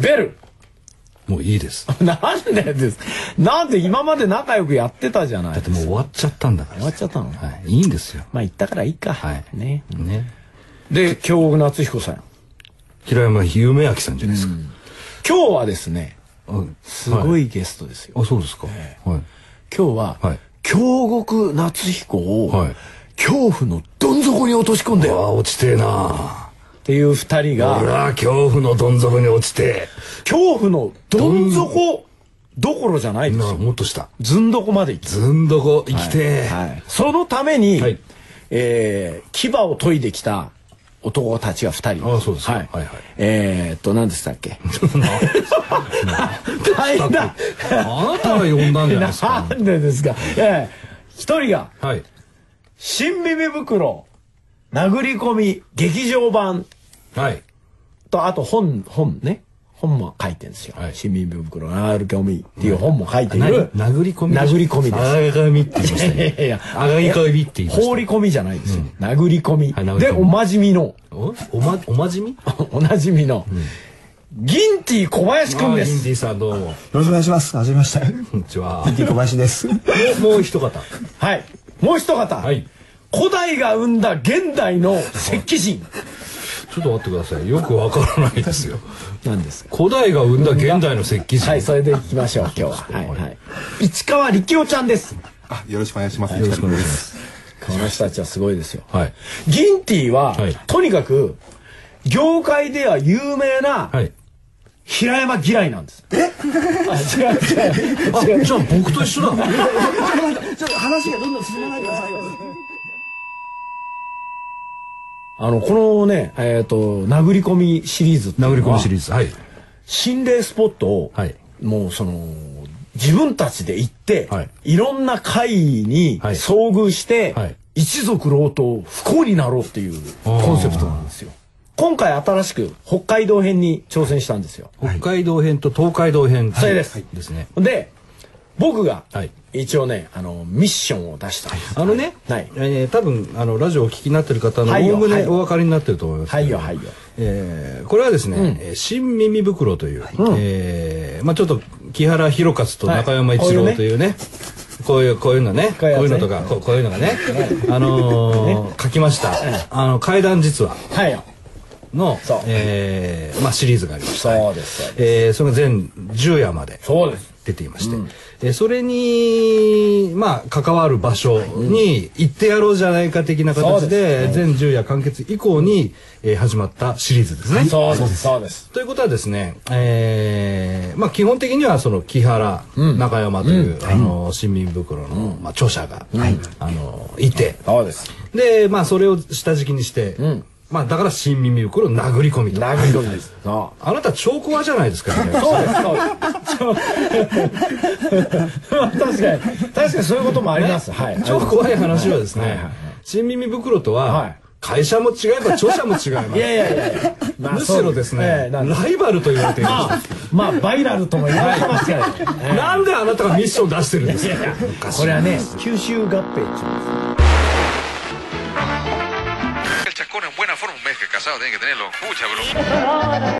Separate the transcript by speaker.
Speaker 1: ベル
Speaker 2: もういいです。
Speaker 1: なんでですなんで今まで仲良くやってたじゃない
Speaker 2: だってもう終わっちゃったんだから。
Speaker 1: 終わっちゃったの
Speaker 2: はい。いいんですよ。
Speaker 1: まあ言ったからいいか、
Speaker 2: はい
Speaker 1: ね
Speaker 2: ね。
Speaker 1: で京極夏彦さん
Speaker 2: 平山夢明さんじゃないですか。
Speaker 1: 今日はですね
Speaker 2: はい
Speaker 1: すごいゲストですよ、
Speaker 2: あ、そうですか。はい。
Speaker 1: 今日は、
Speaker 2: はい
Speaker 1: 京極夏彦を、
Speaker 2: はい
Speaker 1: 恐怖のどん底に落とし込んだ
Speaker 2: う
Speaker 1: よ
Speaker 2: わ落ちてえな
Speaker 1: っていう二人が
Speaker 2: 俺は恐怖のどん底に落ちて
Speaker 1: 恐怖のどん底どころじゃないです
Speaker 2: な
Speaker 1: よ
Speaker 2: もっとした
Speaker 1: ずんどこまで行き、
Speaker 2: ずんどこ生きてえ、
Speaker 1: はいそのために、
Speaker 2: はい
Speaker 1: えー牙を研いできた男たちが二人
Speaker 2: ああそうですか
Speaker 1: はい
Speaker 2: はいはい
Speaker 1: えーっと何でしたっけ 大変だ
Speaker 2: あなたが呼んだんじゃな いです
Speaker 1: な
Speaker 2: か
Speaker 1: んでですかええ一人が
Speaker 2: はい
Speaker 1: 新耳袋殴り込み劇場版
Speaker 2: はい
Speaker 1: とあと本本ね本も書いてるんですよ、
Speaker 2: はい
Speaker 1: 新耳袋殴り込みっていう本も書いている、
Speaker 2: 何殴り込み
Speaker 1: 殴り込みです
Speaker 2: あがみって言いました
Speaker 1: いやいやい
Speaker 2: ね
Speaker 1: や
Speaker 2: あがり込みって言いました
Speaker 1: 放り込みじゃないですよ、殴り込み、
Speaker 2: はい殴り
Speaker 1: で
Speaker 2: 込み
Speaker 1: おまじみの
Speaker 2: おおまおまじみ
Speaker 1: おなじみの、ギンティ小林くんで
Speaker 2: あイン
Speaker 1: す
Speaker 2: ディさんどうも
Speaker 3: ろしくお願いします。はじめまして。
Speaker 2: こんにちは
Speaker 3: 小林です。
Speaker 2: もうもう一方
Speaker 1: はいもう一方、
Speaker 2: はい
Speaker 1: 古代が生んだ現代の石器人
Speaker 2: ちょっと待ってくださいよくわからないです よ
Speaker 1: なんですが
Speaker 2: 古代が生んだ現代の石器人
Speaker 1: はいそれでいきましょう今日は、はいはい、市川力夫ちゃんです
Speaker 4: あ、よろしくお願いします。
Speaker 2: よろしくお願いします
Speaker 1: この人たちはすごいですよ
Speaker 2: はい
Speaker 1: ギンティは、
Speaker 2: はい
Speaker 1: とにかく業界では有名な
Speaker 2: はい
Speaker 1: 平山嫌いなんです、あ違う違う
Speaker 2: あじゃあ僕と一緒 だ
Speaker 3: ちょっと話がどんどん進まないでくださいよ。
Speaker 1: あの、このね、えっ、と、殴り込みシリーズっていうのは
Speaker 2: 殴り込みシリーズはい
Speaker 1: 心霊スポットを、
Speaker 2: はい
Speaker 1: もうその、自分たちで行って、、
Speaker 2: はい
Speaker 1: ろんな会に
Speaker 2: はい
Speaker 1: 遭遇して、
Speaker 2: はい
Speaker 1: 一族老党不幸になろうっていうコンセプトなんですよ。今回新しく北海道編に挑戦したんですよ。
Speaker 2: 北海道編と東海道編
Speaker 1: それです
Speaker 2: はいですね
Speaker 1: で、僕が
Speaker 2: はい
Speaker 1: 一応ね、あの、ミッションを出したんです。
Speaker 2: あのね、
Speaker 1: はい
Speaker 2: えー多分あのラジオをお聞きになってる方の
Speaker 1: はい
Speaker 2: お
Speaker 1: よ
Speaker 2: おむ
Speaker 1: はい
Speaker 2: ね
Speaker 1: よ
Speaker 2: お分かりになってると思いますけ
Speaker 1: は
Speaker 2: ど
Speaker 1: いよはいよ。
Speaker 2: えーこれはですね、えー新耳袋という、えーまあ、ちょっと木原弘和と中山一郎というね、こういうこういうのね
Speaker 1: こ
Speaker 2: こ
Speaker 1: う
Speaker 2: う
Speaker 1: いうやつね
Speaker 2: いうのとかこうこういうのがね、あのー書きました「あの怪談実話
Speaker 1: はいよ。
Speaker 2: の
Speaker 1: そう」
Speaker 2: えーまあ、シリーズがありました、
Speaker 1: そうです。そうです
Speaker 2: えーそれが全10夜まで
Speaker 1: そうです。
Speaker 2: 出ていまして、えーそれにまあ関わる場所に行ってやろうじゃないか的な
Speaker 1: そう
Speaker 2: 形
Speaker 1: で
Speaker 2: で、全10夜完結以降に、えー始まったシリーズですね。
Speaker 1: そうです。そうです。
Speaker 2: ということはですね、えーまあ、基本的にはその木原、中山という、あの新民袋の、まあ、著者が、あのいて
Speaker 1: そうです。
Speaker 2: で、まあ、それを下敷きにして、まあ、だから新民袋を殴り込みと
Speaker 1: 殴り込みです。そう。
Speaker 2: あなた超怖じゃないで すか、ね、
Speaker 1: そうです、そうです。ちょ確かに、確かにそういうこともあります。はい。
Speaker 2: 超怖い話はですね、
Speaker 1: はい
Speaker 2: 新耳袋とは、
Speaker 1: はい
Speaker 2: 会社も違えば著者も違います。
Speaker 1: いやいやいやいや。まあ
Speaker 2: むしろです
Speaker 1: え
Speaker 2: ね、
Speaker 1: えなんか
Speaker 2: ライバルと言われている、
Speaker 1: まあ、まあ、バイラルとも言われてますからね。
Speaker 2: なんであなたがミッション出してるんですか
Speaker 1: これはね、九州合併って言うんです。
Speaker 5: El chascón en buena forma, un mes que casado, tiene que tenerlo. Pucha, bro.